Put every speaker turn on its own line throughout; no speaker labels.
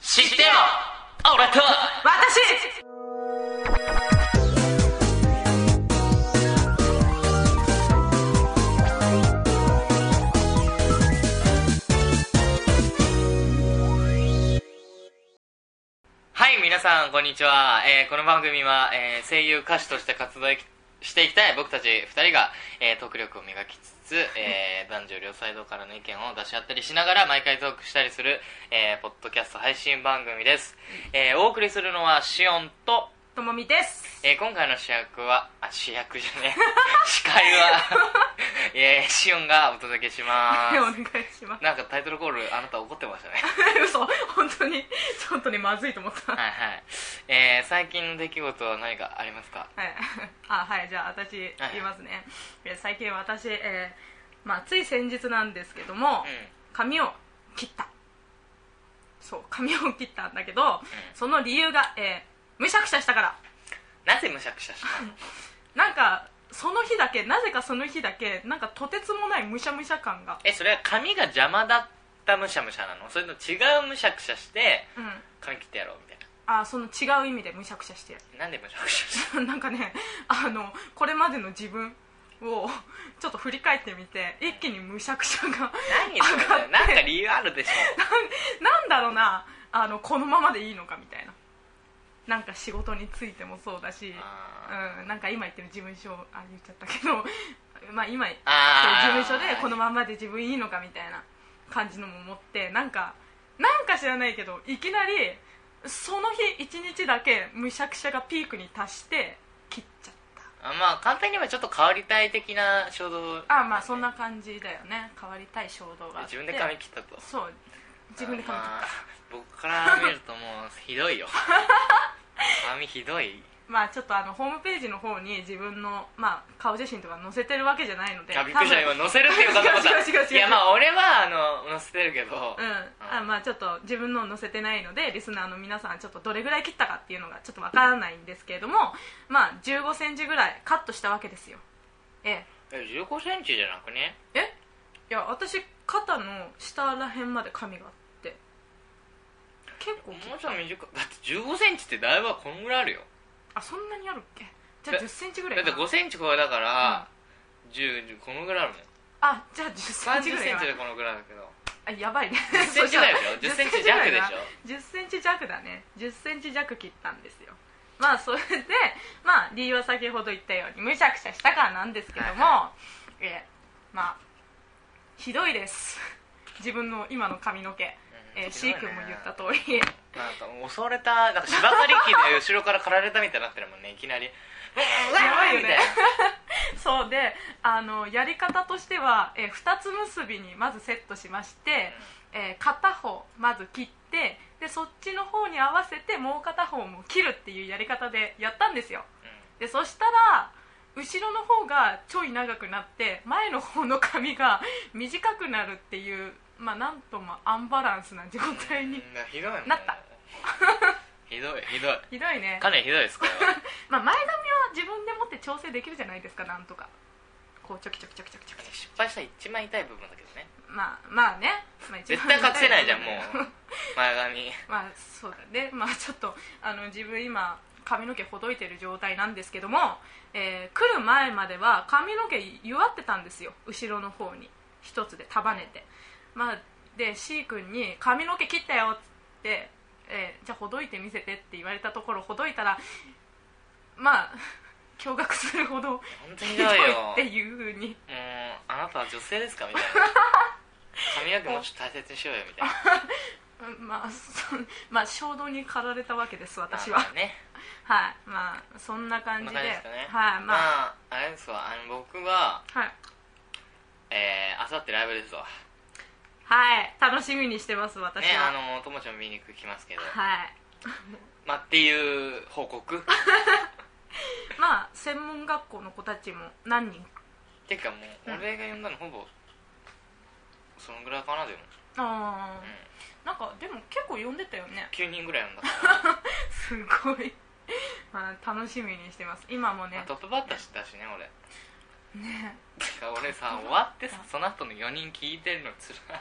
知ってよ俺と
私
はい、皆さん、こんにちは。えーこの番組は、えー声優歌手として活動していきたい僕たち二人が、えートーク力を磨きつつ、えー男女両サイドからの意見を出し合ったりしながら、毎回トークしたりする、えーポッドキャスト配信番組です。えーお送りするのは、シオンと、
ともみです
えー今回の主役は、あ、主役じゃねえ。司会は、えーシオンがお届けしま
はいお願い
す。
します
なんかタイトルコール、あなた怒ってましたね。
嘘本当にちょっとねまずいと思ったは
は
い、
いはい、えー、最近の出来事は何かありますか
あはいじゃあ私
はい
言いますね、え最近私、えーまあ、つい先日なんですけども、
う
髪を切ったそう髪を切ったんだけど、その理由が、えーむしゃくしゃしたから
んなぜむしゃくしゃしたの
なんかその日だけなぜかその日だけなんかとてつもないむしゃむしゃ感が
えそれは髪が邪魔だったむしゃむしゃなのそれとも違うむしゃくしゃして
うん
髪切ってやろうみたい
あその違う意味でむしゃくしゃしてる
ななんでむしゃくしゃした
なんかねあのこれまでの自分をちょっと振り返ってみて一気にむしゃくしゃが
何それ
上が
な
っ
ん
て
か理由あるでしょ
なんだろうなあのこのままでいいのかみたいななんか仕事についてもそうだし、
あー
うん、なんか今言ってる事務所あ言っちゃったけど まあ今
あー
事務所でこのままで自分いいのかみたいな感じのも持ってなんかなんか知らないけどいきなりその日一日だけむしゃくしゃがピークに達して切っちゃっ
あまあ簡単に言えばちょっと変わりたい的な衝動
たあまあそんな感じだよね変わりたい衝動があっ
自
て
分で髪切ったと
そう自分で髪切った
まあ僕から見るともうひど いよ髪ひどい
まあちょっとあのホームページの方に自分の、まあ、顔写真とか載せてるわけじゃないので
あびっくりした今
多
載
分
せるっていう方々
違う違う違う違う
いやまあ俺はあの載せてるけど、
うんあまあちょっと自分の載せてないのでリスナーの皆さんちょっとどれぐらい切ったかっていうのがちょっとわからないんですけれどもまあ1 5センチぐらいカットしたわけですよえ
え1 5センチじゃなくね
ええいや私肩の下らへんまで髪があって結構
も
切っ
うちょい短くだって1 5センチってだいぶこんぐらいあるよ
あそんなにあるっけじゃあ1 0センチぐら
だ
い
って
かな
5センチ超えだから、10このぐらいあるもん
あじゃあ1 0セ
3
ンチぐ
0
らい
セン
か
チ
な
でこのぐらいだけど
あやばいね
10センチだよ10センチ弱でし
ょ10センチ弱だね10センチ弱切ったんですよまあそれでまあ理由は先ほど言ったようにむしゃくしゃしたからなんですけども、えまあひどいです自分の今の髪の毛、
うん
えー、
ひどい
C
ね
君も言った通り
なんかもう襲われたなんか芝刈り機で後ろから刈られたみたいになってるもんねいきなり「うわ
やばいよね
みたな
そうであのやり方としては、えー、2つ結びにまずセットしまして、えー片方まず切ってでそっちの方に合わせてもう片方も切るっていうやり方でやったんですよ
う
でそしたら後ろの方がちょい長くなって前の方の髪が 短くなるっていうまあなんともアンバランスな状態
ん
に
うんひどいもんね
なった
ひどいひどい
ひどいね、
かなりひどいですこれは
まあ、前髪は自分でもって調整できるじゃないですかなんとかこうちょきちょきちょきちょきちょき
失敗したら一番痛い部分だけどね
まあまあね、まあ、一番
絶対隠せないじゃんもう
う
前髪
まあそうだね まあちょっとあの自分今髪の毛ほどいてる状態なんですけども、えー来る前までは髪の毛弱ってたんですよ後ろの方に一つで束ねてまあで C 君に「髪の毛切ったよ」っつって、えーじゃあほどいてみせて」って言われたところほどいたらまあ 驚愕するほど
本当にひ
ひ
ど
ど
い
い
よ
っていうふうに
もうあなたは女性ですかみたいな髪の毛もうちょっと大切にしようよみたいな
うんまあそまあ衝動に駆られたわけです私
ま
は
あね
はいまあそんな感じで
こんな感じですかね
はいまあ、
まああれですわあの僕は
はい
えーあさってライブですわ
はい、楽しみにしてます私
ね
は、
あの友ちゃん見に行きますけど
はい
まあっていう報告っ
まあ専門学校の子たちも何人
ていうかもう
うん
俺が呼んだのほぼそのぐらいかなでも、
あ
う、
あ
ん、
なんかでも結構呼んでたよね
9人ぐらい呼んだから、
すごい まあ楽しみにしてます今も
まあ
ね
トップバッターしたしね俺
ね
てか俺さ終わってさその後の4人聞いてるのつらい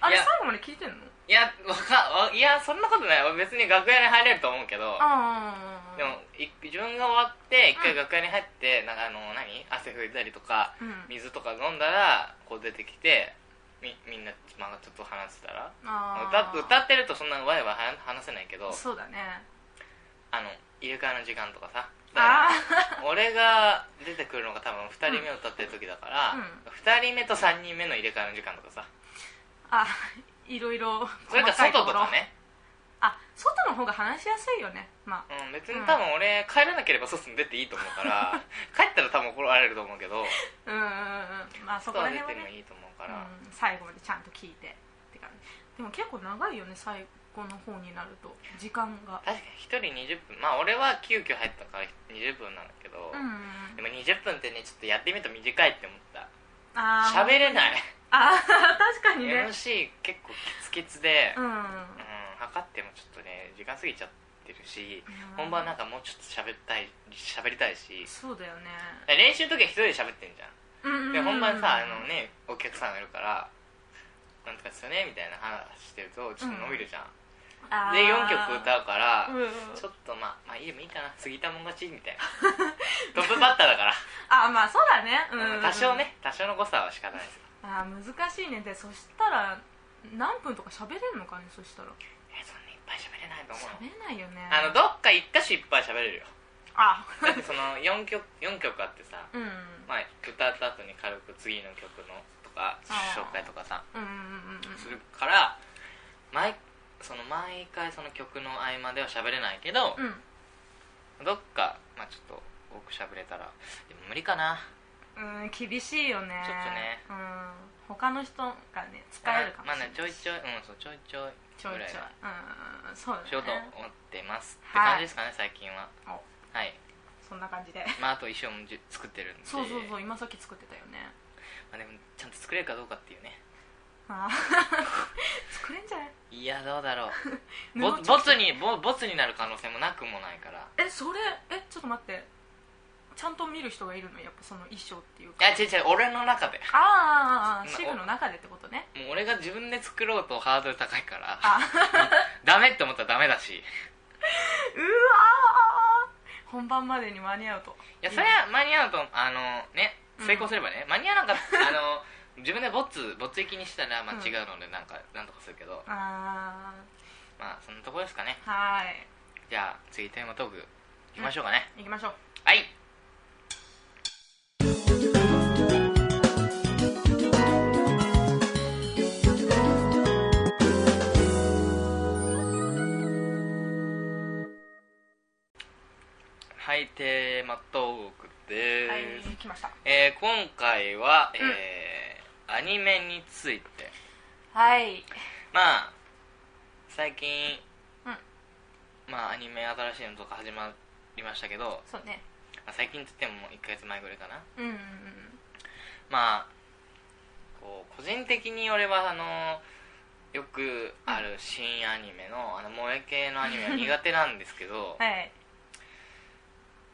あれ
いや
最後まで聞いてんの
いやわかやそんなことない俺別に楽屋に入れると思うけど
ああ
でもい自分が終わって一
う
回
ん
楽屋に入って、なんかあの何汗拭いたりとか
うん
水とか飲んだらこう出てきてみみんな、まあ、ちょっと話してたら
あ
歌
ー
歌ってるとそんなワイワイは話せないけど
そうだね
あの入れ替えの時間とかさだ
あ
から俺が出てくるのが多分2人目を歌ってる時だから、
うん
2人目と3人目の入れ替えの時間とかさ
ああいろいろ
それか
細い
外と
ろ
かね、
あ外の方が話しやすいよねまあ
うん、別に多分俺帰らなければ外に出ていいと思うから 帰ったら多分怒られると思うけど
うんうんうんまあそ
外
こら
は出
辺は
ても
ね、
いいと思う
う
から、
ん、最後までちゃんと聞いてって感じでも結構長いよね最後の方になると時間が
確かに1人20分まあ俺は急遽入ったから20分なんだけど、
うんうん
でも20分ってねちょっとやってみると短いって思った
あー
喋れない
あー確かにね
MC 結構キツキツで、
う
うん
ん
測ってもちょっとね時間過ぎちゃってるし本番なんかもうちょっと喋りたい喋りたいし
そうだよね
練習の時は一人で喋ってんじゃん
うんうんうん
で本番さあのねお客さんがいるからなんとかですよねみたいな話してるとちょっと伸びるじゃん、
あー
で4曲歌うから、
うんうん
ちょっとまあまあいいでもいいかな過ぎたもん勝ちみたい なトップバッターだから、
あまあそうだねうんうんうん
多少ね多少の誤差は仕方ないですよ
あー難しいねでそしたら何分とか喋れるのかねそしたら
えそんないっぱい喋れないと思う
喋れないよね
あのどっか一箇所いっぱい喋れるよ
あ
だってその4曲四曲あってさ、
うんうん
まあ、歌った後に軽く次の曲のとか
あー
紹介とかさ
うんうんうん
するから毎その毎回その曲の合間では喋れないけど
う、ん
どっか、まあ、ちょっと多く喋れたらでも無理かな
うん厳しいよね
ちょっとね
うん他の人がね使えるかもしれない
まあねちょいちょいうんそうちょいちょい
ちょい
ぐらい
ちょい
は
うんうんそうだね
しようと思ってます、って
はい
感じですかね最近は
お
はい
そんな感じで
まああと衣装もじゅ作ってるんで
そうそうそう
ま
今さっき作ってたよね
あ、でもちゃんと作れるかどうかっていうね
ああ 作れんじゃない
いやどうだろ う
布
ボ
ちょっと
ボツにボボツになる可能性もなくもないから
えそれえちょっと待ってちゃんと見る人がいるのやっぱその衣装っていう
い
か
や違う違う俺の中で
あーあーあー
まあ
シグの中でってことね
もう俺が自分で作ろうとハードル高いから
あ
ダメって思ったらダメだしいう
わー本番までに間に合うと
やそれは間に合うとあのね成功すればね、間に合わなかった あの自分でボツボツ行きにしたら、まあ、
うん
違うのでなんか、なんとかするけど
あ
まあそんなとこですかね
あはい
じゃあ次テーマトークいきましょうかね、
行きましょう
はいはいテーマトークで
はい
す、
来ました
えー今回は、えーアニメについて
はい
まあ最近、
うん
まあアニメ新しいのとか始まりましたけど、
そうね
まあ最近って言ってもも1ヶ月前ぐらいかな
うんうんうん
まあこう個人的に俺はあのよくある新アニメのあの萌え系のアニメは苦手なんですけど、
はい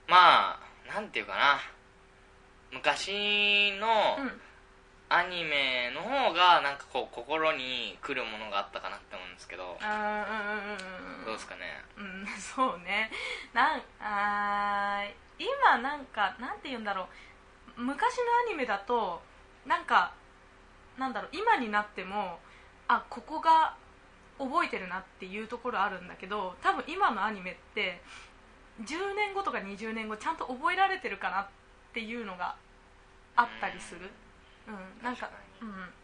まあなんていうかな昔
う
の
ん
アニメの方がなんかこう心に来るものがあったかなって思うんですけど
あーうんうんうんうん
どうですかね
うんそうねなんあー今なんかなんて言うんだろう昔のアニメだとなんかなんだろう今になってもあここが覚えてるなっていうところあるんだけど多分今のアニメって10年後とか20年後ちゃんと覚えられてるかなっていうのがあったりする、うん、なんか
確か
う
に
ん、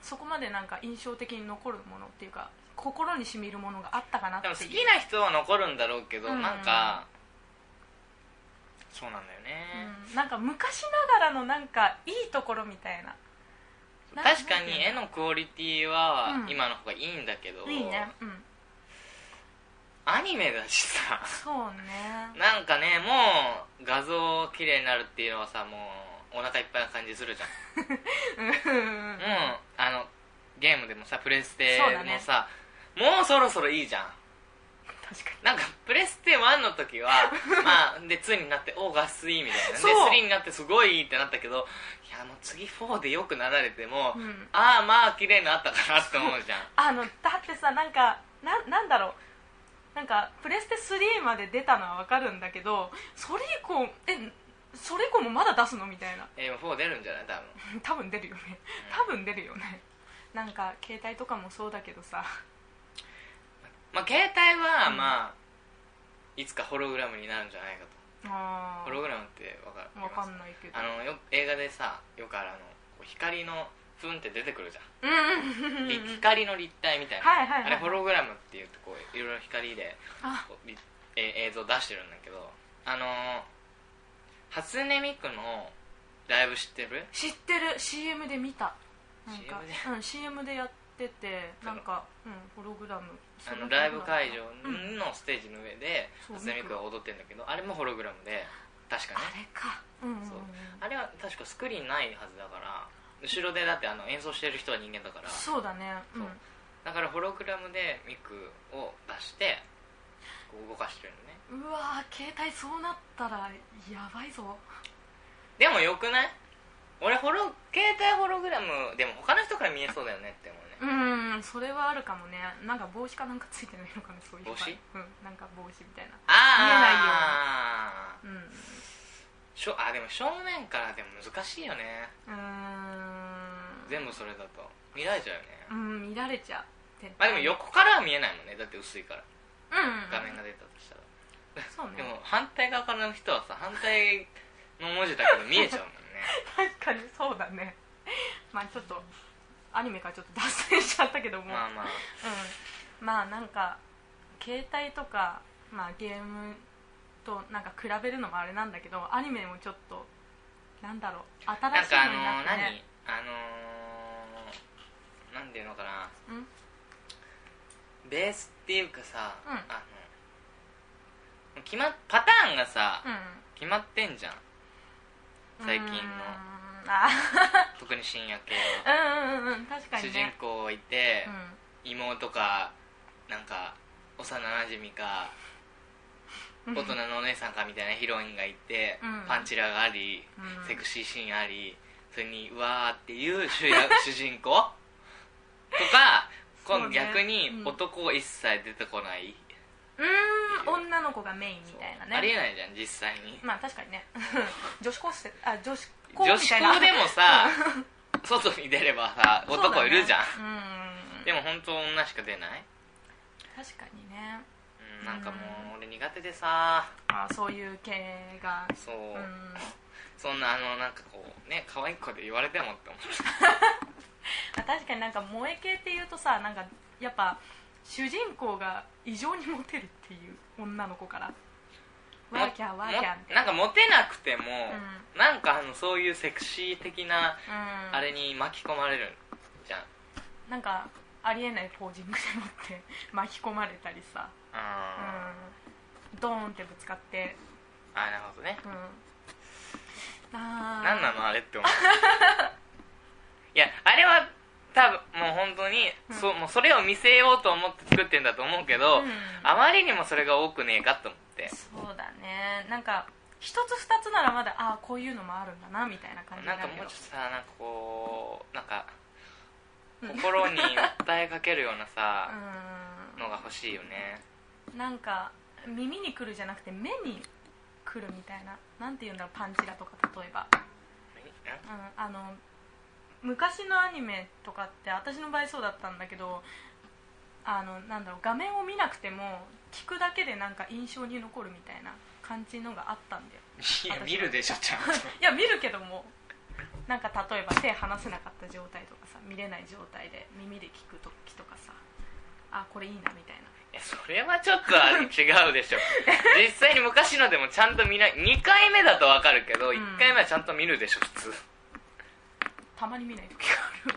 そこまでなんか印象的に残るものっていうか心にしみるものがあったかなって
でも
いう
好きな人は残るんだろうけど、
うん
なんかそうなんだよね、
うんなんか昔ながらのなんかいいところみたいなな
確か
なんて
に
いう
絵のクオリティは
うん
今の方がいいんだけど、
のいいねうん
アニメだしさ
そうね
なんかねもう画像綺麗になるっていうのはさもうお腹いっぱいな感じするじゃん
うん
もうあのゲームでもさプレステ
そうだね
もさもうそろそろいいじゃん
確か
なんかプレステ1の時は まあで2になっておお画質いいみたいな
そう
で3になってすごいいいってなったけどいやもう次4でよくなられても、
に、うん、
ああまあ綺麗になったかなって思うじゃん
あのだってさなんかななんだろうなんかプレステ3まで出たのは分かるんだけどそれ以降えそれ以降もまだ出すのみたいな
えー、もう4出るんじゃない多分
多分出るよね多分出るよねなんか携帯とかもそうだけどさ
まあ携帯は
うん
まあ、いつかホログラムになるんじゃないかと
あ
ホログラムってわかる
分かんないけど
あのよ映画でさよくあるあのこう光のふんって出てくるじゃん
うんうんうんう
り
ん
光の立体みたいな、
はいはいはい
あれホログラムっていうとこういろいろ光で
あ
こうりえ映像出してるんだけどあのー初音ミクのライブ知ってる
知ってる CM で見たなんか
CM で
うん、CM でやっててなんか、うん、ホログラム
あのライブ会場
うん
のステージの上で
そう
初音ミクが踊ってるんだけどあれもホログラムで確か
あ
ね
れかうんうんうん
そうあれは確かスクリーンないはずだから後ろでだってあの演奏してる人は人間だから
そうだねう
そうんだからホログラムでミクを出してこう動かしてるのね
うわー携帯そうなったらやばいぞ
でもよくない俺ホロ携帯ホログラムでも他の人から見えそうだよねって思うね
うんそれはあるかもねなんか帽子かなんかついてないのかねそういう場合
帽子
うんなんか帽子みたいな
ああ
うんう
しょあでも正面からでも難しいよね
ーん
全部それだと見られちゃうよね
うん見られちゃう
まあでも横からは見えないもんねだって薄いから
うんうんうん
画面が出たとしたら、
そう
で
ね
も反対側からの人はさ反対の文字だけど見えちゃうもん ね
確かにそうだねまあちょっとアニメからちょっと脱線しちゃったけども
まあまあ
うん、まあなんか携帯とか、まあ、ゲームとなんか比べるのもあれなんだけどアニメもちょっとなんだろう
な
新
ん
しい
かあ
のにな
の
った
何
ね
あのー、なんていうのかな
うん
ベースっていうかさ、
う
あ
ん
の決まっパターンがさ、
う
決まってんじゃん
ん
最近の
うーんあ
特に深夜系は
ーうんうんうん確かに
主
ね
人公いて
うん、
妹かなんか幼なじみか
う
大
ん
人のお姉さんかみたいなヒロインがいて、
うん
パンチラがあり、
うん
セクシーシーンありそれにうわーっていう主 役主人公とか今
そ
度
うね
逆に
うん
男一切出てこない、
うーん女の子がメインみたいなね
ありえないじゃん実際に
まあ確かにね 女子高生あ女子高
女
み
子
たいな
校でもさ外に出ればさ
そうだね
男いるじゃん、
うん
でも本当女しか出ない、
確かにね
うん、なんかもう俺苦手でさ
あそういう系が
そう、
うん
そんなあのなんかこうね可愛い子で言われてもって思う
あ確かになんか萌え系っていうとさなんかやっぱ主人公が異常にモテるっていう女の子からワーキャーワーキャーみたい
なんかモテなくても、
う
なんかあのそういうセクシー的な
な、うん、
あれに巻き込まれるじゃん
なんかありえないポージングでもって 巻き込まれたりさ、う
あ
ん、ドーンってぶつかって、
ーあなるほどね
うん、あー
何なのあれって 思ういやあれは多分もう本当に、
うん
そうもうそれを見せようと思って作ってんだと思うけど、
うん
あまりにもそれが多くねえかと思って
そうだねなんか一つ二つならまだああこういうのもあるんだなみたいな感じ
な
だ
ん
け
か
ど
もうちょっとさなんかこうなんか
うん
心に訴えかけるようなさ、
うん
のが欲しいよね
なんか耳に来るじゃなくて目に来るみたいななんて言うんだろうパンチラとか例えば、
うん
うん、あの昔のアニメとかって私の場合そうだったんだけどあのなんだろう画面を見なくても聞くだけでなんか印象に残るみたいな感じのがあったんだよ
いや見るでしょちゃんと
いや見るけどもなんか例えば手離せなかった状態とかさ見れない状態で耳で聞く時とかさあこれいいなみたいな
えそれはちょっとあれ違うでし ょ実際に昔のでもちゃんと見ない2回目だとわかるけど
ん
1回目はちゃんと見るでしょ普通
たまに見ない時が ある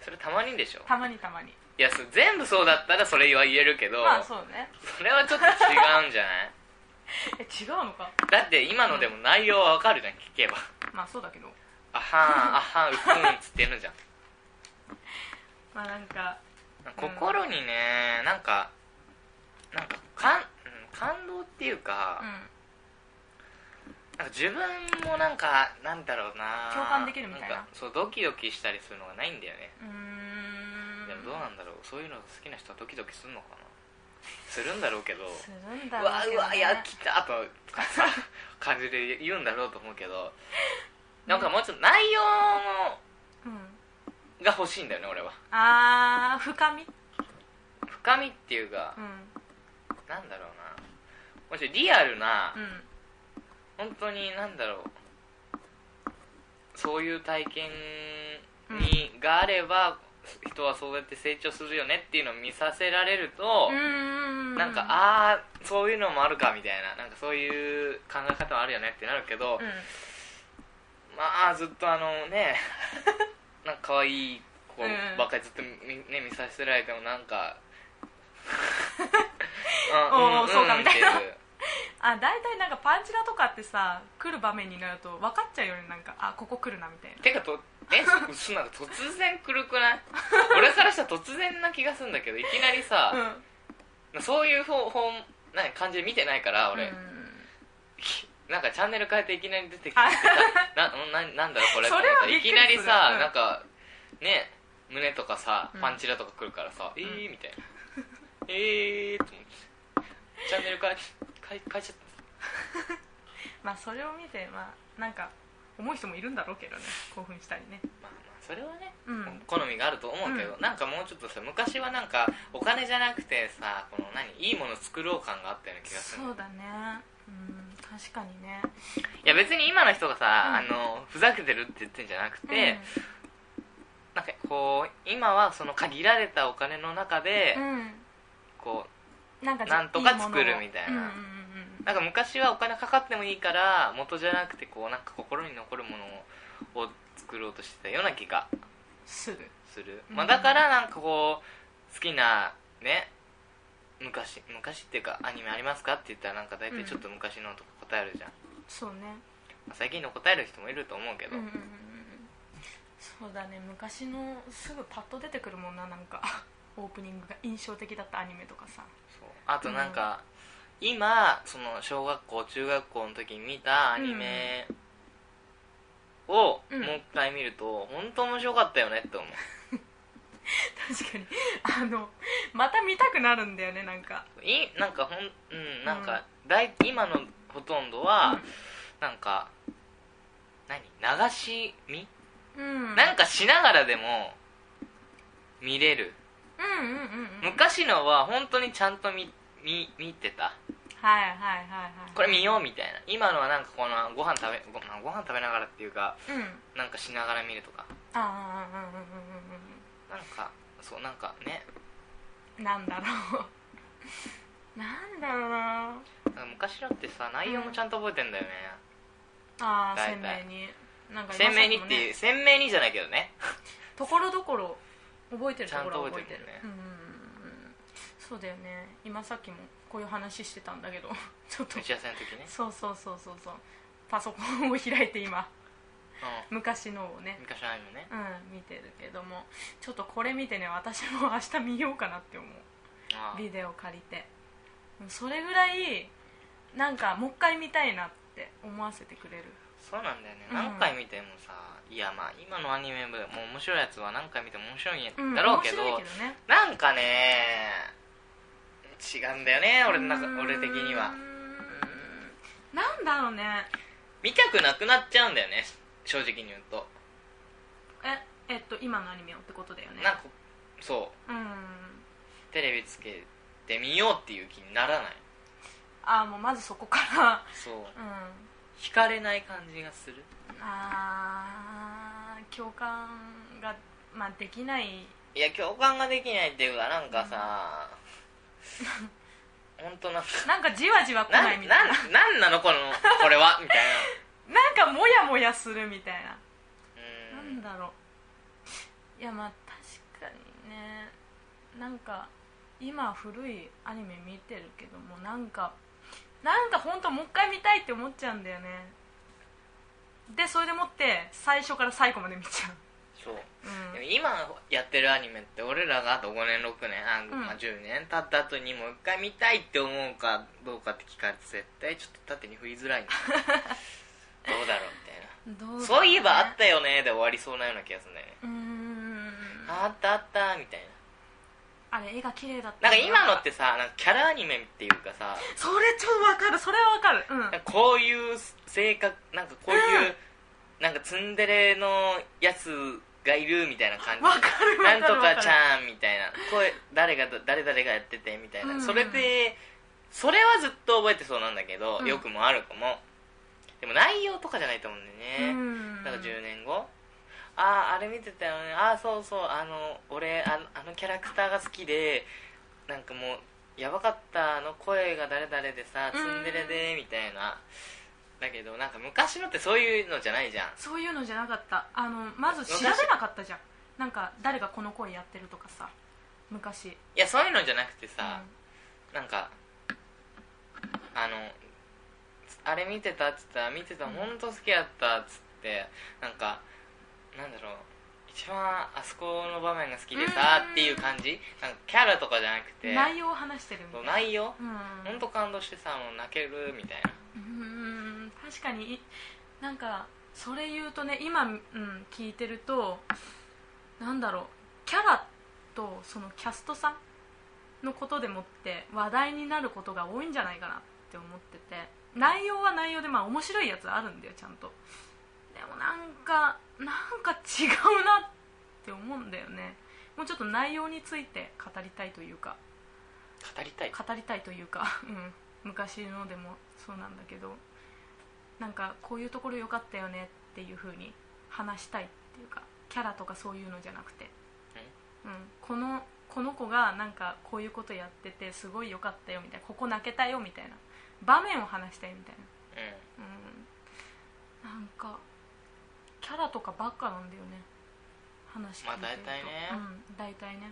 それたまにでしょ
たまにたまに
いやそ全部そうだったらそれは言えるけど、
まあそうね
それはちょっと違うんじゃない
え違うのか
だって今のでも内容はわかるじゃん聞けば
まあそうだけど
あはんあはんうふんっつってるじゃん
まあなんか
心にねなんかなんか感うん感動っていうか,、
う
なんか自分もなんかなんだろうな
共感できるみたいなん
かそうドキドキしたりするのがないんだよね、
んうーん
でもどうなんだろうそういうの好きな人はドキドキするのかなするんだろうけど
するん
う
だろ
わ
う
う
けど、ね、
わやきたとか さ感じで言うんだろうと思うけどなんかもうちょっと内容の
うん、
が欲しいんだよね俺は
あー深み、う
深みっていうか、
ん
なんだろうなもうちょいリアルな、
うん、
本当になんだろうそういう体験に、があれば人はそうやって成長するよねっていうのを見させられると、
うん
なんかああそういうのもあるかみたいななんかそういう考え方もあるよねってなるけど、
うん
まあずっとあのね なんか可愛い子
うん
ばっかりずっと見,、ね、見させられてもなん か
おーそうかみたいな
っていう
あ大体なんかパンチラとかってさ来る場面になると分かっちゃうよねなんかあここ来るなみたいな
てかとえそ なんか突然くるくない俺からしたら突然な気がするんだけどいきなり
う
さ、
ん
そういう方法なんか感じで見てないから俺、
うん
なんかチャンネル変えていきなり出てきて
あ
なななんだろうこれ
それは
と思ったら
び
い
っくり
きなりさ、
するうん
なんかね胸とかさ
うん
パンチラとかくるからさ、えーみたいなえーと思ってチャンネル変え変え変えちゃった
まあそれを見てまあなんか思う人もいるんだろうけどね興奮したりね
まあまあそれはね、
うん
好みがあると思うけど、
う
なんかもうちょっとさ昔はなんかお金じゃなくてさこの何いいもの作ろう感があったような気がする
そうだねうん確かにね
いや別に今の人がさ、
うん
あのふざけてるって言ってんじゃなくて、なんかこう今はその限られたお金の中で、
うん、うん
こ
なんか
なんとか作るみたいな
うんうんうん
うなんか昔はお金かかってもいいから元じゃなくてこうなんか心に残るものを作ろうとしてたような気が
する
する、
うん
まあ、だからなんかこう好きなね昔昔っていうかアニメありますかって言ったらなんか大体ちょっと昔のとこ答えるじゃん、
そうね
まあ最近の答える人もいると思うけ
う
ど、
んうんうんうんそうだね昔のすぐパッと出てくるもんななんか オープニングが印象的だったアニメとかさ
そうあとなんか、今その小学校中学校の時に見たアニメをもう
うん
一回見ると本当面白かったよねって思う
確かにあのまた見たくなるんだよねなんか
いなんかほんうんなんか、大今のほとんどは、なんか何流し見、
うん
なんかしながらでも見れる
うんうんうんうんはい
昔のは本当にちゃんと見見見てた
はいはいはい
これ見ようみたいな今のはなんかこのご飯食べご,、まあご飯食べながらっていうか
うん
なんかしながら見るとか
ああうんうんうんうんう
なんかそうなんかね
んなんだろう なんだろうな
なんか昔のってさ内容もちゃんと覚えてんだよね、
ああ
大
鮮
体
明になんか
鮮
今
明にっていう、
さっきも
鮮
ね
明にじゃないけどね
ところどころ覚えてるところは
ちゃ
覚
ん
え
と覚
て
えて
る
るね
うんうんうんうんそうだよね今さっきもこういう話してたんだけど ちょっと
打ち合わせの時ね、
そうそうそうそうそうパソコンを開いて今昔のをね
うん、昔のアニメね
うん見てるけどもちょっとこれ見てね私も明日見ようかなって思う
ああ
ビデオ借りてそれぐらいなんかもう一回見たいなって思わせてくれる
そうなんだよね
うん
何回見てもさ、いやまあ今のアニメも面白いやつは何回見ても面白い
うんん
だろうけど,、
面白いけどね
なんかね違うんだよね俺の中
うん
俺的には
なんだろうね
見たくなくなっちゃうんだよね正直に言うと
ええっと今のアニメをってことだよね
なんかそう
うん
テレビつけてみようっていう気にならない
ああもうまずそこか
そう
らうん
惹かれない感じがする
あー共感が、まあ、できない
いや共感ができないっていうかなんかさ本当 なんか
なんかじわじわ来
な
なんい
な
みたいななん
なんなのこのこれはみたい
かモヤモヤするみたいな、
なう
なんんだろういやまあ確かにねなんか今古いアニメ見てるけどもなんかなんか本当もう一回見たいって思っちゃうんだよねでそれでもって最初から最後まで見ちゃ
そう
う、
でも今やってるアニメって俺らがあと5年6年あ、まあ、
うん
10年経った後にもう一回見たいって思うかどうかって聞かれて絶対ちょっと縦に振りづらい んだよどうだろうみたいな
うん、どうだろね
そういえばあったよねで終わりそうなような気がするんだよね
うーん
あったあったみたいな
あれ絵が綺麗だった
なんか今のってさなんかキャラアニメっていうかさ
それ超わかるそれはわかるうん
なんかこういう性格なんかこういう、なんかツンデレのやつがいるみたいな感じ
わか るわ
な
か
ん
る
とかち
ん
ゃんみたいな声誰がど誰々がやっててみたいな、
うん
それでそれはずっと覚えてそうなんだけど、
うん
よくも悪くもでも内容とかじゃないと思うんだよね、
うん
なんか10年後あああれ見てたよねああそうそうあの俺あのあのキャラクターが好きでなんかもうやばかったあの声が誰々でさツンデレでみたいなだけどなんか昔のってそういうのじゃないじゃん
そういうのじゃなかったあのまず調べなかったじゃんなんか誰がこの声やってるとかさ昔
いやそういうのじゃなくてさ、
う
なんかあのあれ見てたっつったら見てた本当好きだったっつってなんかなんだろう一番あそこの場面が好きでさ
うん
っていう感じなんかキャラとかじゃなく
ん
て
内容を話してるみたいな
内容
うん
本当感動してさもう泣けるみたいな
うん確かになんかそれ言うとね今、うん、聞いてるとなんだろうキャラとそのキャストさんのことでもって話題になることが多いんじゃないかなって思ってて内容は内容でまあ面白いやつあるんだよちゃんとでもなんかなんか違うなって思うんだよねもうちょっと内容について語りたいというか
語りたい
語りたいというか、 うん、昔のでもそうなんだけどなんかこういうところ良かったよねっていう風に話したいっていうかキャラとかそういうのじゃなくて、うん、このこの子がなんかこういうことやっててすごい良かったよみたいなここ泣けたよみたいな場面を話したいみたい
うん
な、うん、なんかキャラとかばっかなんだよね話聞いてると、
まあ大体ね
うん、大体ね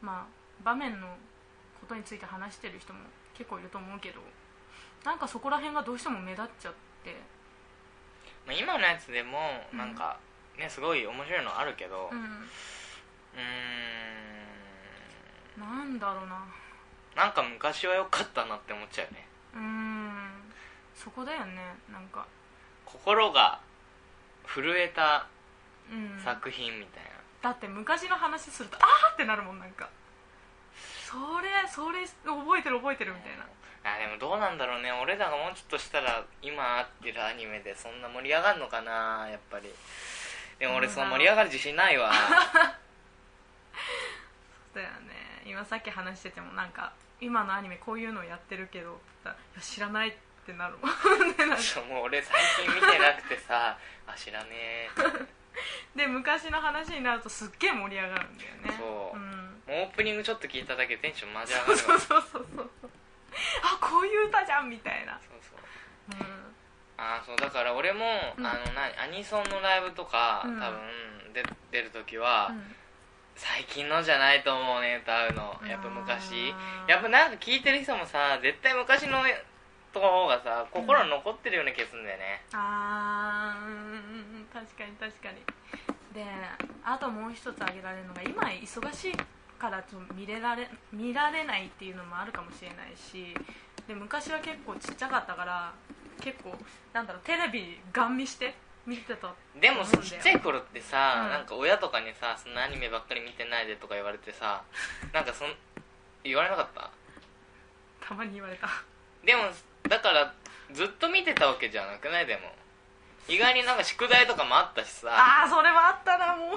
まあ場面のことについて話してる人も結構いると思うけどなんかそこら辺がどうしても目立っちゃって
まあ、今のやつでも
うん
なんか、ねすごい面白いのあるけどうー
う
ん
んなんだろうな
なんか昔は良かったなって思っちゃうね
うんそこだよねなんか
心が震えた
うん
作品みたいな、
だって昔の話するとあーってなるもんなんかそれそれ覚えてる覚えてるみたいな
あでもどうなんだろうね俺らがもうちょっとしたら今合ってるアニメでそんな盛り上がるのかなやっぱりでも俺その盛り上がる自信 ないわ
だよね今さっき話しててもなんか今のアニメこういうのやってるけどいや知らないってなるもん でなんか
そうもう俺最近見てなくてさあ知らねえ
で昔の話になるとすっげえ盛り上がるんだよね
そう
うん、
もうオープニングちょっと聞いただけでテンションマジ上がる
そう
わ
そうそうそうそうあこういう歌じゃんみたいな、
そうそう
うん、
あーそうだから俺も、
うん
あのなアニソンのライブとか、
うん
多分で出る時は、
うん
最近のじゃないと思うね歌うのやっぱ昔
あー
やっぱなんか聞いてる人もさ絶対昔のとの方がさ心に残ってるような気がするんだよね、
あーうん確かに確かにであともう一つ挙げられるのが今忙しいからちょっと見れられ見られないっていうのもあるかもしれないしで昔は結構ちっちゃかったから結構なんだろうテレビガン見して見てた
でも
そうだよ
ちっちゃい頃ってさ、
うん
なんか親とかにさそんなアニメばっかり見てないでとか言われて さなんかそん言われなかった
たまに言われた
でもだからずっと見てたわけじゃなくないでも意外になんか宿題とかもあったしさ
ああーそれはあったなも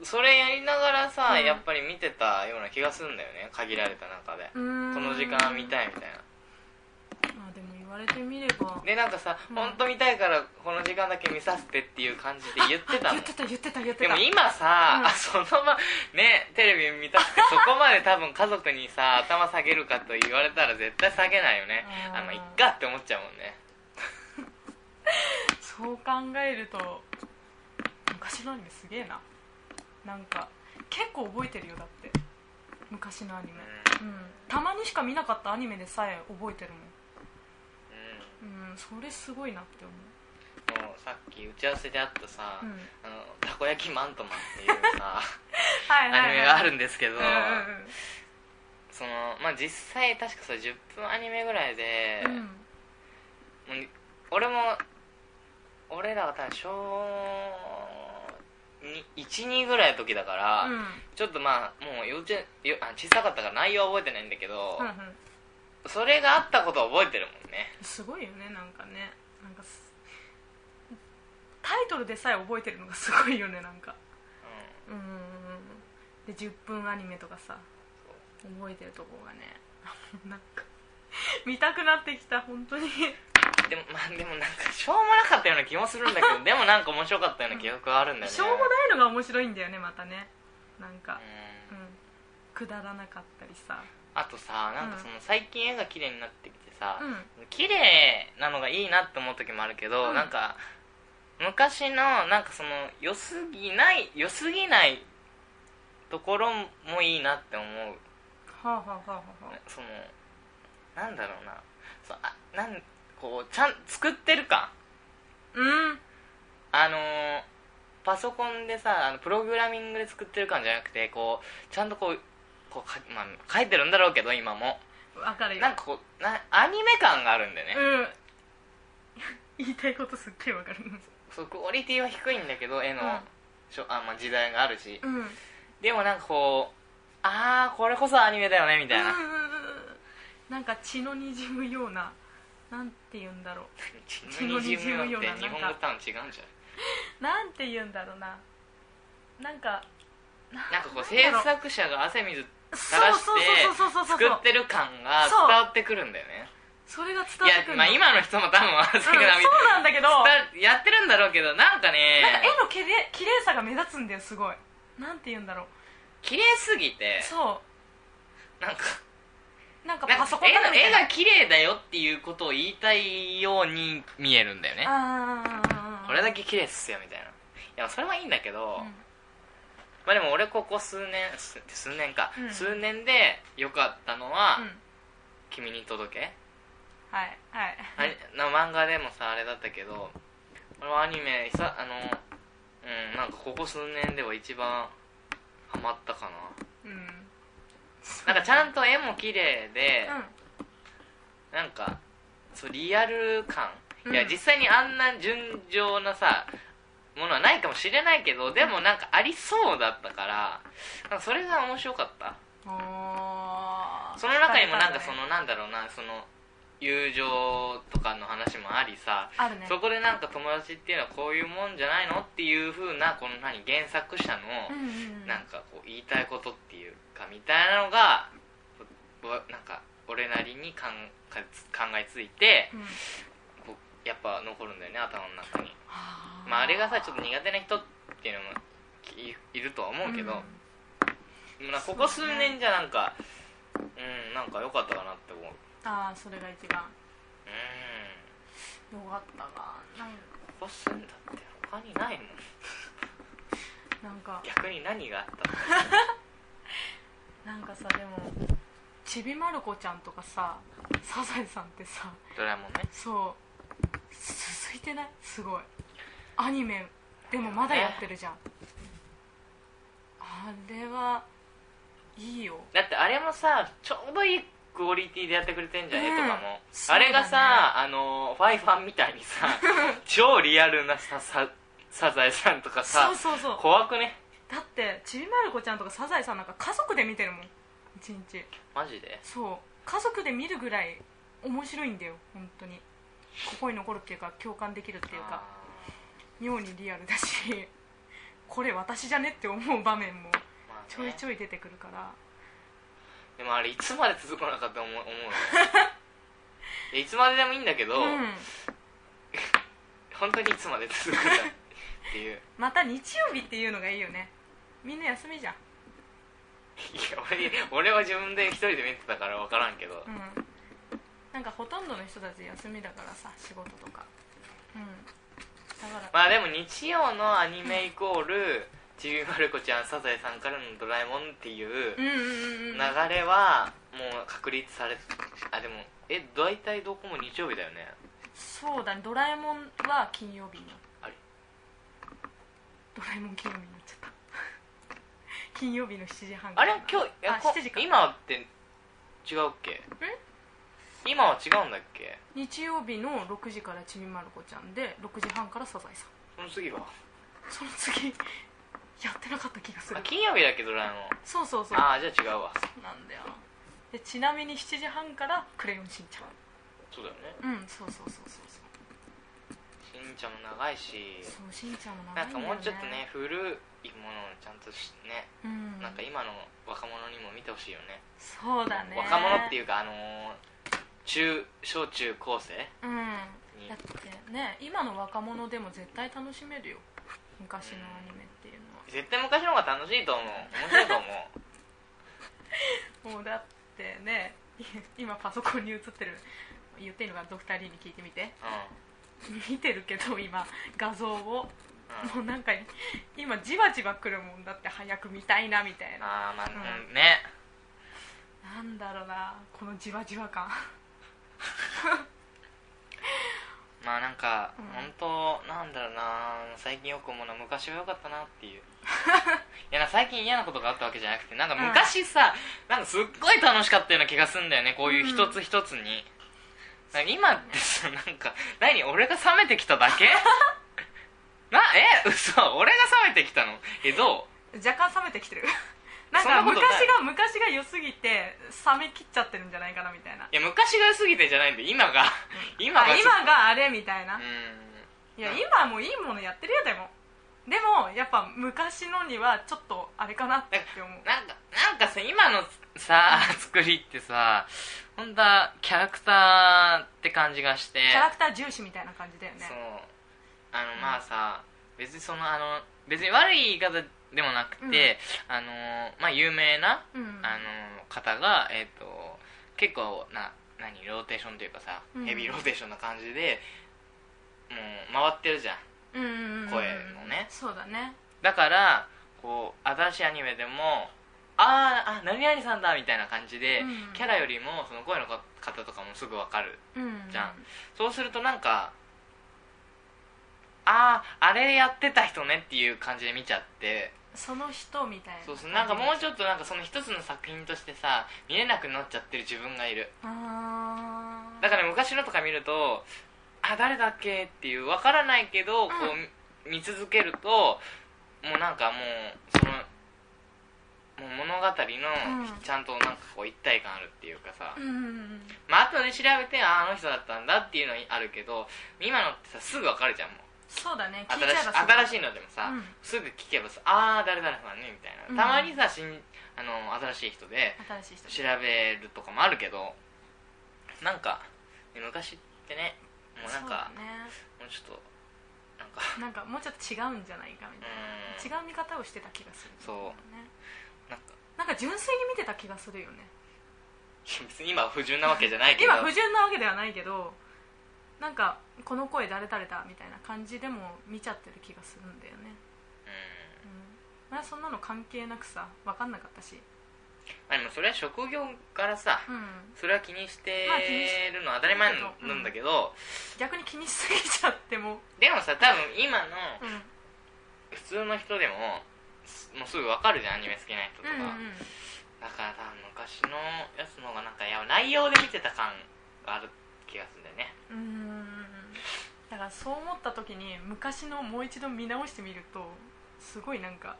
う
それやりながらさ、
うん
やっぱり見てたような気がするんだよね限られた中で、
うーん
この時間は見たいみたいな
まあでも言われてみれば
でなんかさ、
うん
本当見たいからこの時間だけ見させてっていう感じで言ってた
あ
もん
言ってた言ってた言って
で
た
も今さ、
うん
あそのまねテレビ見たくてそこまで多分家族にさ頭下げるかと言われたら絶対下げないよね
う
あ
ん
まあいっかって思っちゃうもんね
そう考えると昔のアニメすげえななんか結構覚えてるよだって昔のアニメうんたまにしか見なかったアニメでさえ覚えてる
う
もんうんそれすごいなって思
ん、もうさっき打ち合わせであったさ、
う、うん、
あのたこ焼きマントマンっていうさ
はいはい、はい、
アニメがあ
る
るんですけど、
うんうん
そのまあ実際確かさ10分アニメぐらいで、
うんう
も
ん
う俺も俺らが多分小12ぐらいの時だから、
うんうん
ちょっとまあもう幼稚園よあ小さかったから内容は覚えてないんだけど、
うん
それがあったことは覚えてるもんね
すごいよねなんかねなんかすタイトルでさえ覚えてるのがすごいよねなんかうんうんうんで10分アニメとかさ覚えてるとこがね なんか見たくなってきた本当に
うんでもまあでもなんかしょうもなかったような気もするんだけ どでもなんか面白かったような記憶はあるんだよね
しょうもないのが面白いんだよねまたねなんか、う
うんん、
くだらなかったりさ
あとさなんかその最近絵が綺麗になってきてさ、
うん
綺麗なのがいいなって思う時もあるけど、
うん
なんか昔のなんかその良すぎない良すぎないところもいいなって思う
はあはあはあはあは
そのなんだろうなそうあなんこうちゃん作ってる感
あうん
あのーパソコンでさあのプログラミングで作ってる感じじゃなくてこうちゃんとこうこうか、まあ、書いてるんだろうけど今も
わかるよ
なんかこうなアニメ感があるんだよね、
うん 言いたいことすっげえわかる
そうクオリティは低いんだけど絵の、
うん
しょあまあ、時代があるし、
うんうんうん
でもなんかこうああこれこそアニメだよねみたいな、
なんか血のにじむようななんて言うんだろ
血
血
の
の
滲
滲
む
む
よ
よ
っ
う
て日
ななんか
本語とは違うんじゃ
うなんて言うんだろうななんか
ないなんかこう
なんだ
制
ろう
作者が汗水
そ
垂ら
う
して
そうそうそうそう
作
そう
ってる感が伝
そう
わってくるんだよね
それが伝
い
わってく
や、
る
まあ、今の人も多分汗
うん、そう
が
なんだけどなんか
みやってるんだろうけどなんかね
絵のきれ綺麗さが目立つんだよすごいなんて言うんだろう
綺麗すぎて
そ
なんか
うなんか
なん
パ
か
ソコン
絵
だ
が
みた
絵
いな
が綺麗だよっていうことを言いたいように見えるんだよね
あー
これだけ綺麗っすよみたいないやそれはいいんだけど、
うん
まあでも俺ここ数年す数年か、
うん
数年で良かったのは「
うん
君に届け
はいはい」
あれな漫画でもさあれだったけど俺はアニメさあのうんなんかここ数年では一番ハマったか
うん
ななんかちゃんと絵も綺麗で、
うん
なんかそうリアル感
うん
いや実際にあんな純情なさものはないかもしれないけどでもなんかありそうだったからなんかそれが面白かったその中にもなんかそのなんだろうなその友情とかの話もありさ
あるね
そこでなんか友達っていうのはこういうもんじゃないのっていう風なこの何原作者
うん
の
うんうん
なんかこう言いたいことっていうかみたいなのがぼなんか俺なりに考え考えついて
うん
こうやっぱ残るんだよね頭の中に、
あー
まあ、あれがさちょっと苦手な人っていうのもいいるとは思うけど、でもなんかここ数年じゃなんかうんなんか良かったかなって思う
ああそれが一番
う
よかったななん
んここ住んだって他にないもん
なんか
逆に何があったの
なんかさでもちびまる子ちゃんとかさサザエさんってさ
ドラえもんね
そう続いてないすごいアニメでもまだやってるじゃんあれはいいよ
だってあれもさちょうどいいクオリティでやってくれてんじゃん、
うん
絵とかも
そう
あ
だね
れがさあのファイファンみたいに さ超リアルなささサザエさんとかさ
そうそうそう
怖くね
だってちびまる子ちゃんとかサザエさんなんか家族で見てるもん一日
マジで
そう家族で見るぐらい面白いんだよ本当にここに残るっていうか共感できるっていうか妙にリアルだし これ私じゃねって思う場面も
あーまあね
ちょいちょい出てくるから
でもあれいつまで続かなかったと思う思うよ いやいつまででもいいんだけど、
うん
本当にいつまで続くんだっていういや
また日曜日っていうのがいいよねみんな休みじゃん
俺俺は自分で一人で見てたから分からんけど、
うんなんかほとんどの人たち休みだからさ仕事とかうんだから
まあでも日曜のアニメイコール「ちびまる子ちゃんサザエさんからのドラえもん」っていう
う
流
んうんうんうん
れはもう確立されてあでもえ大体どこも日曜日だよね
そうだねドラえもんは金曜日になる
あれ
ドラえもん金曜日になっちゃった 金曜日の7時半か
あ
ら
れ今日え
あ
こ
7時か
今って違うっけ今は違うんだっけ
日曜日の6時からちびまる子ちゃんで6時半からサザエさん
その次は
その次やってなかった気がす
あ
る
金曜日だっけドラえもん
そうそうそう
ああじゃあ違うわ
なんだよでちなみに7時半から「クレヨンしんちゃん
そうだよね」
うんそうそうそうそうそ
しんちゃんも長いし
うそうしんちゃんも長
ないんか
んだよ、ね、
もうちょっとね古いものをちゃんとしね
うん
なんか今の若者にも見てほしいよね
そうだね
若者って
う
いうかあのー中小中高生
うん
に
だってね今の若者でも絶対楽しめるよ昔のアニメっていうのは
絶対昔の方が楽しいと思う面白い と思う
もうだってね 今パソコンに映ってる言っていいのかドクター・リーに聞いてみて 見てるけど今画像を
うん、
も
うん、
うなんか今じわじわ来るもんだって早く見たいなみたいな
ああまあ、
うん
うんね
なんだろうなこのじわじ わ感
まあなんか、
うん
本当なんだろうな最近よく思うのは昔は良かったなっ ていういやな最近嫌なことがあったわけじゃなくてなんか昔さ、なんかすっごい楽しかったような気がすんだよねこういう一つ一つに、なんか今ってさなんか何俺が冷めてきただけ なえ嘘俺が冷めてきたのえどう
若干冷めてきてる なん
そんな
か
こと
昔
ない
が昔が良すぎて冷めきっちゃってるんじゃないかなみたいない
や昔が良すぎてじゃないんで今が今が
あ今があれみたいな、
うん
いや今もういいものやってるよでもでもやっぱ昔のにはちょっとあれかなって思う
なんかなんかさ今のさ 作りってさ本当はキャラクターって感じがして
キャラクター重視みたいな感じだよね
そうあのまあさ、別にそのあの別に悪い言い方でもなくて、あのまあ有名な、
うん
あの方がえっ、と結構な何ローテーションというかさ、
うん
ヘビーローテーションな感じでもう回ってるじゃん
うんうんうん
声のね
そうだね
だからこう新しいアニメでもあーあ何々さんだみたいな感じで、
うん
キャラよりもその声のか方とかもすぐわかる
うん
じゃんそうするとなんかあああれやってた人ねっていう感じで見ちゃって
その人みたいな
そうそうなんかもうちょっとなんかその一つの作品としてさ見れなくなっちゃってる自分がいる
あー
だから昔のとか見るとあ誰だっけっていうわからないけどこう見続けるともうなんかもうそのもう物語の
うん
ちゃんとなんかこう一体感あるっていうかさ、
うんうんうん
まあ後で調べてああの人だったんだっていうのにあるけど今のってさすぐわかるじゃんもう
そうだね聞いちゃ
新し新しい
えばそう
のでもさ、
うん
すぐ聞けばさああ誰々さんねみたいな、
うん
たまにさ新あの新しい人で
新し
調
い人
べるとかもあるけどなんかね昔ってねもうなんか
そうだね
もうちょっとなんか
なんかもうちょっと違うんじゃないか
う
みた
ー
い
ん
な違う見方をしてた気がする
そう
ね
なんか
なんか純粋に見てた気がするよね
別に今は不純なわけじゃないけど
今不純なわけではないけどなんかこの声誰々だみたいな感じでも見ちゃってる気がするんだよね、
うん
うん、まあそんなの関係なくさ分かんなかったし
まあでもそれは職業からさ、
うん
それは気にして
まあ気にし
るのは当たり前なんだけど、
逆に気にしすぎちゃっても
でもさ多分今の
うん
普通の人でもすもうすぐわかるじゃんアニメ好きな人とか、
うんうん
だから多分昔のやつの方がなんかいや内容で見てた感がある気がするんだよね
うんうんだからそう思った時に昔のもう一度見直してみるとすごいなんか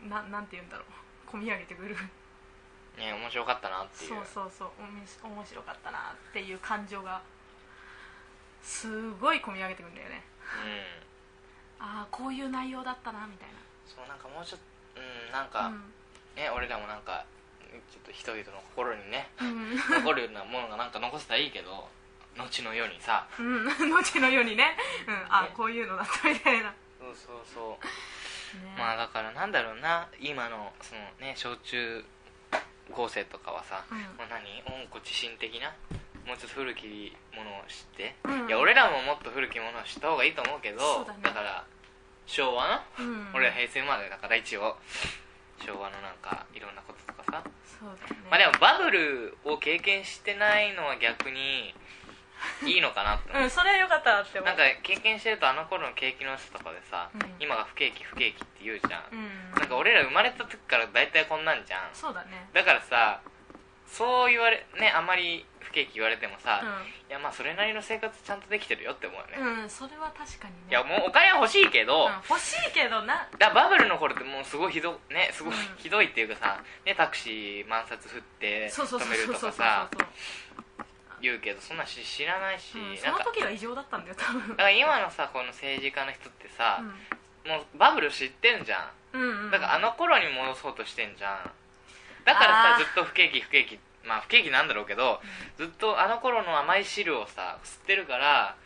ななんて言うんだろう込み上げてくる
ね面白かったなっていう
そうそうそうおみし面白かったなっていう感情がすごい込み上げてくるんだよね
うん
ああこういう内容だったなみたい
そうなんかもうちょっとうんなん
な
か、ね俺らもなんかちょっと人々の心にね
うん
残るようなものがなんか残せたらいいけど後の世にさ
うん、うん、後のようにね、うん、あ
ね
ーこういうのだったみたいな、ね
そうそうそうまあだからなんだろうな今のそのね小中高生とかはさ、
うん
まあ、何温故知新的なもうちょっと古きものを知って、
うん
いや俺らももっと古きものを知った方がいいと思うけど
そうだね
から昭和の、
うん、
俺ら平成生までだから一応昭和のなんかいろんなこととかさ、
そうだよね、
まあでもバブルを経験してないのは逆にいいのかなって思う
うんそれは良かったって思
な
う
んか経験してるとあの頃の景気の良さとかでさ、
うん
今が不景気不景気って言うじゃん、
うん
なんか俺ら生まれた時から大体こんなんじゃん
そうだね
だからさそう言われねあんまり不ケーキ言われてもさ、い
ん
やまあそれなりの生活ちゃんとできてるよって思うよね、
うんそれは確かにね
いやもうお金は欲しいけど、
うん欲しいけどな
だバブルの頃ってもうすごいひど,、ね、すごい
うん
ひどいっていうかさ、ね、タクシー満札振って
そうそう
止
そう
め
そう
ると
そうそう
かさ言うけどそんなんし知らないし、
うんそ
なん
の
か
時が異常だったんだよ多分
だから今のさこの政治家の人ってさ、もうバブル知ってんじゃ
うんうん
んだからあの頃に戻そうとしてんじゃんだから
あ
さ
ー
ずっと不景気不景気まあ不景気なんだろうけどずっとあの頃の甘い汁をさ吸ってるから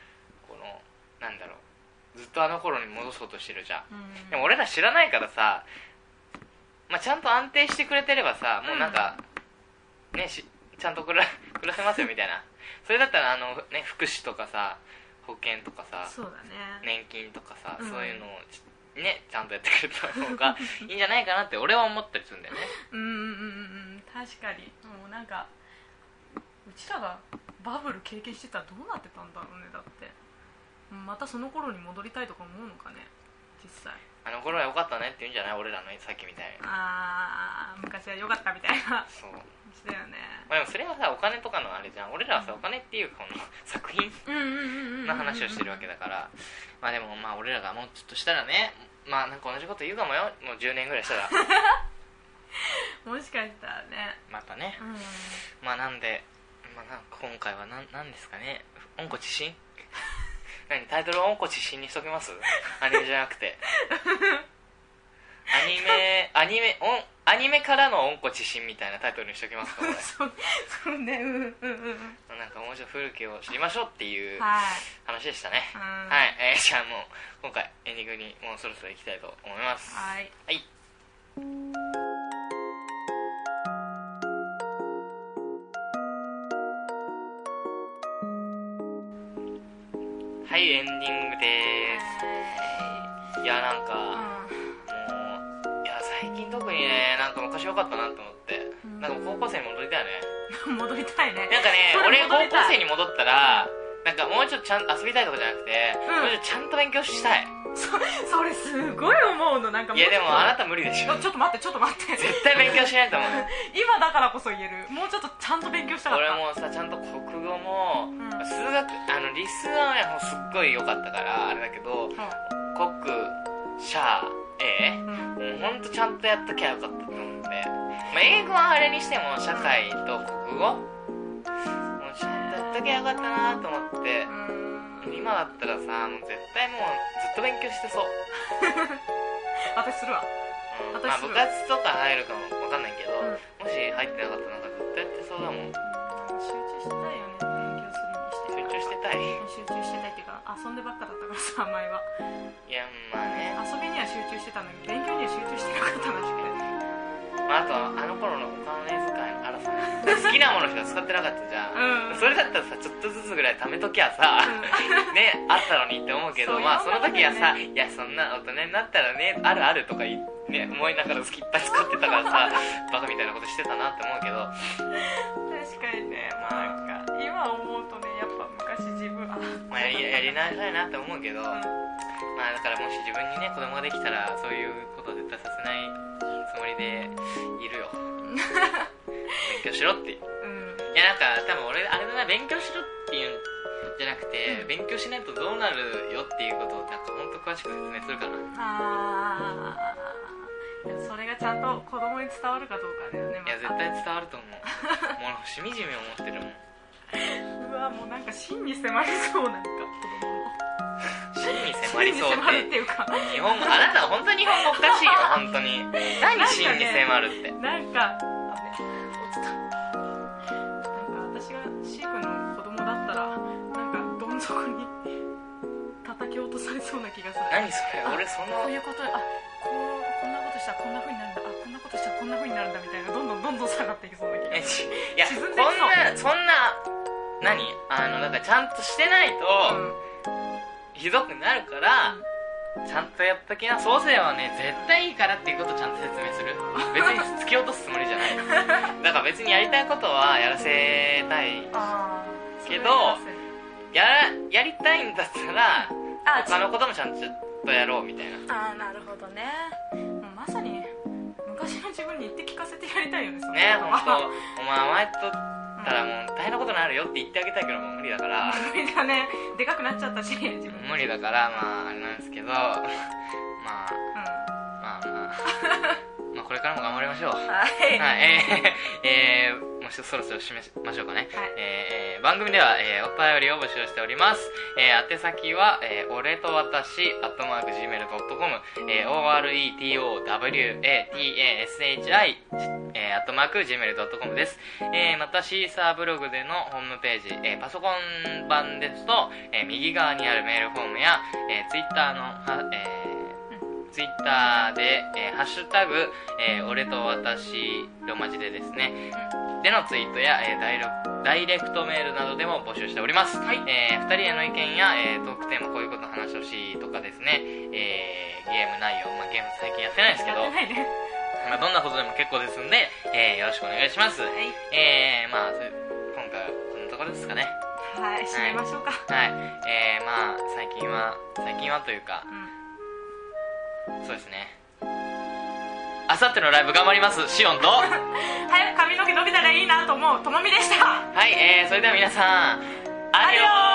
このなんだろうずっとあの頃に戻そうとしてるじゃん
うん
でも俺ら知らないからさ、まあ、ちゃんと安定してくれてればさもうなんか、ねしちゃんと暮ら 暮らせますよみたいなそれだったらあの、ね、福祉とかさ保険とかさ
そうだね
年金とかさ、
うん
そういうのをちねちゃんとやってくれた方 がいいんじゃないかなって俺は思ったりするんだよね
うんうんうんうん確かにもうなんかうちらがバブル経験してたらどうなってたんだろうねだってまたその頃に戻りたいとか思うのかね実際
あの頃は良かったねって言うんじゃない俺らのさっきみたいに
あー昔は良かったみたいな感
そう、ま
じだよね
あ、でもそれはさお金とかのあれじゃん俺らはさお金っていうこの作品
うんうんうんうんうん
な話をしてるわけだからまあでもまあ俺らがもうちょっとしたらねまあなんか同じこと言うかもよもう10年ぐらいしたら
もしかしたらね
またね
うん
まあなんで、まあ、なん今回はなんなんですかね温故知新何タイトルは温故知新にしときますアニメじゃなくてアニメアニメおんアニメからの温故知新みたいなタイトルにしときます かこ
そうそうねうんうんうんうん
れなんかもうちょっと古きを知りましょうっていう
はい
話でしたね
うん
はい、えーじゃあもう今回エンディングにもうそろそろ行きたいと思います
はい
はいはいエンディングですいやなんか、
はい
もういや最近特にねなんか昔良かったなと思って、
うん
なんか高校生に戻りたいよね
うん戻りたいね
なんかね
そ
俺
れ戻りた
高
い
校生に戻ったらなんかもうちょっとちゃん遊びたいとかじゃなくて、も
うん
うちょっとちゃんと勉強したい
そそれすごい思うのなんか
いやでもあな
た
た無理でしょ
ちょっと待ってちょっと待 って
絶対勉強しないと思う
今だからこそ言えるもうちょっとちゃんと勉強したか っ
俺
た
もさちゃんと国語も、
ん
数学あの理数はねもうすっごい良かったからあれだけど国社英
うんうん
もうほんとちゃんとやっときゃよかったと思うんで、まあ、英語はあれにしても社会と国語もうちゃんとやっときゃよかったなと思って今だったらさもう絶対もうずっと勉強してそう、
私するわ
うん
私
まあ
す
部
る
活とか入るかもわかんないけど、
うん
もし入ってなかったらなんかずっとやってそうだもん
集中してたいよね勉強す
集
るにして
中してたい
集中してたいっていうか遊んでばっかだったからさ前はい
やまあね
遊びには集中してたのに勉強には集中してなかったなし
まあ、あとはあの頃のお金遣いの争い好きなものしか使ってなかったじゃん、
うん
それだったらさちょっとずつぐらい貯めときゃさ、ねあったのにって思うけど
そう
まあ
い
その
ろんな
時はさ、いやそんな大人になったらねあるあるとかい、ね、思いながら好きいっぱい使ってたから さバカみたいなことしてたなって思うけど
確かにね
まあなんか、
今思うとねやっぱ昔自分あ
まあ、やりやりなさいなって思うけど、
うん
まあだからもし自分にね子供ができたらそういうことを絶対させないつもりでいるよ 勉強しろって
うん
いやなんか多分俺あれだな勉強しろっていうんじゃなくて、
うん
勉強しないとどうなるよっていうことをなんか本当詳しく説明するかな
あーいやそれがちゃんと子供に伝わるかどうかだよね
いや絶
また
対伝わると 思うもうしみじみ思ってるもん
うわもうなんか真に迫りそうなんか
真に
子
迫
供の
り
真に
そう
迫るっ
って
ていうか
日本語あなた本当に日本語おか しいよ本当に何真に迫るって、
なんかあね落ちたなんか私がシークの子供だったらなんかどん底に叩き落とされそうな気がする
何それ俺そん
こう
な
いうことあこうこんなことしたらこんな風になるんだあこんなことしたらこんな風になるんだみたいなどんどんどんどん下がっていきそうな気が
え
する
ちいやこ
沈
ん
んでき
なそんな何あのだからちゃんとしてないと、
うん
ひどくなるから、ちゃんとやった気なそうせいはね絶対いいからっていうことをちゃんと説明する別に突き落とすつもりじゃ ないだから別にやりたいことはやらせたい
あー
けど
それはそう
やらやりたいんだったら
あ
他のこともちゃんとやろうみたいな
あーなるほどねもうまさに昔の自分に言って聞かせてやりたいよねそん
ね
なの
本当お前甘えとったらもう大変なことくなるよって言ってあげたいけどもう無理だから
これがねでかくなっちゃったし自分
無理だからまああれなんですけどまあ
う
まあまあまあこれからも頑張りましょうは
んはい
いえー、えー、もうちょっとそろそろ締めましょうかね、
はい
えーえー番組では、えーお便りを募集しております、えー宛先は、えー俺と私アットマーク Gmail.com、えー ORETOWATASHI えー、アットマーク Gmail.com です、えーまたシーサーブログでのホームページ、えーパソコン版ですと、えー右側にあるメールフォームや、えツイッター Twitter のは、えツイッター Twitter で、えーハッシュタグ、えー俺と私、ローマ字でですね、でのツイートや、えーダイロダイレクトメールなどでも募集しております、
はい
え2人への意見や、えートークテーマこういうこと話してほしいとかですね、えーゲーム内容、まあ、ゲーム最近やってないですけ
やっ
ど
て、ないね
まあ、どんなことでも結構ですんで、えーよろしくお願いします、
はい
えー、まあそ今回はこんなところですかね
はい締めましょうか
はいえー、まあ最近は最近はというか
うん
そうですねあさってのライブ頑張りますシオン とは
早く髪の毛伸びたらいいなと思うともみでした
い、えー、それでは皆さんア
ア
デ
デ
ィオー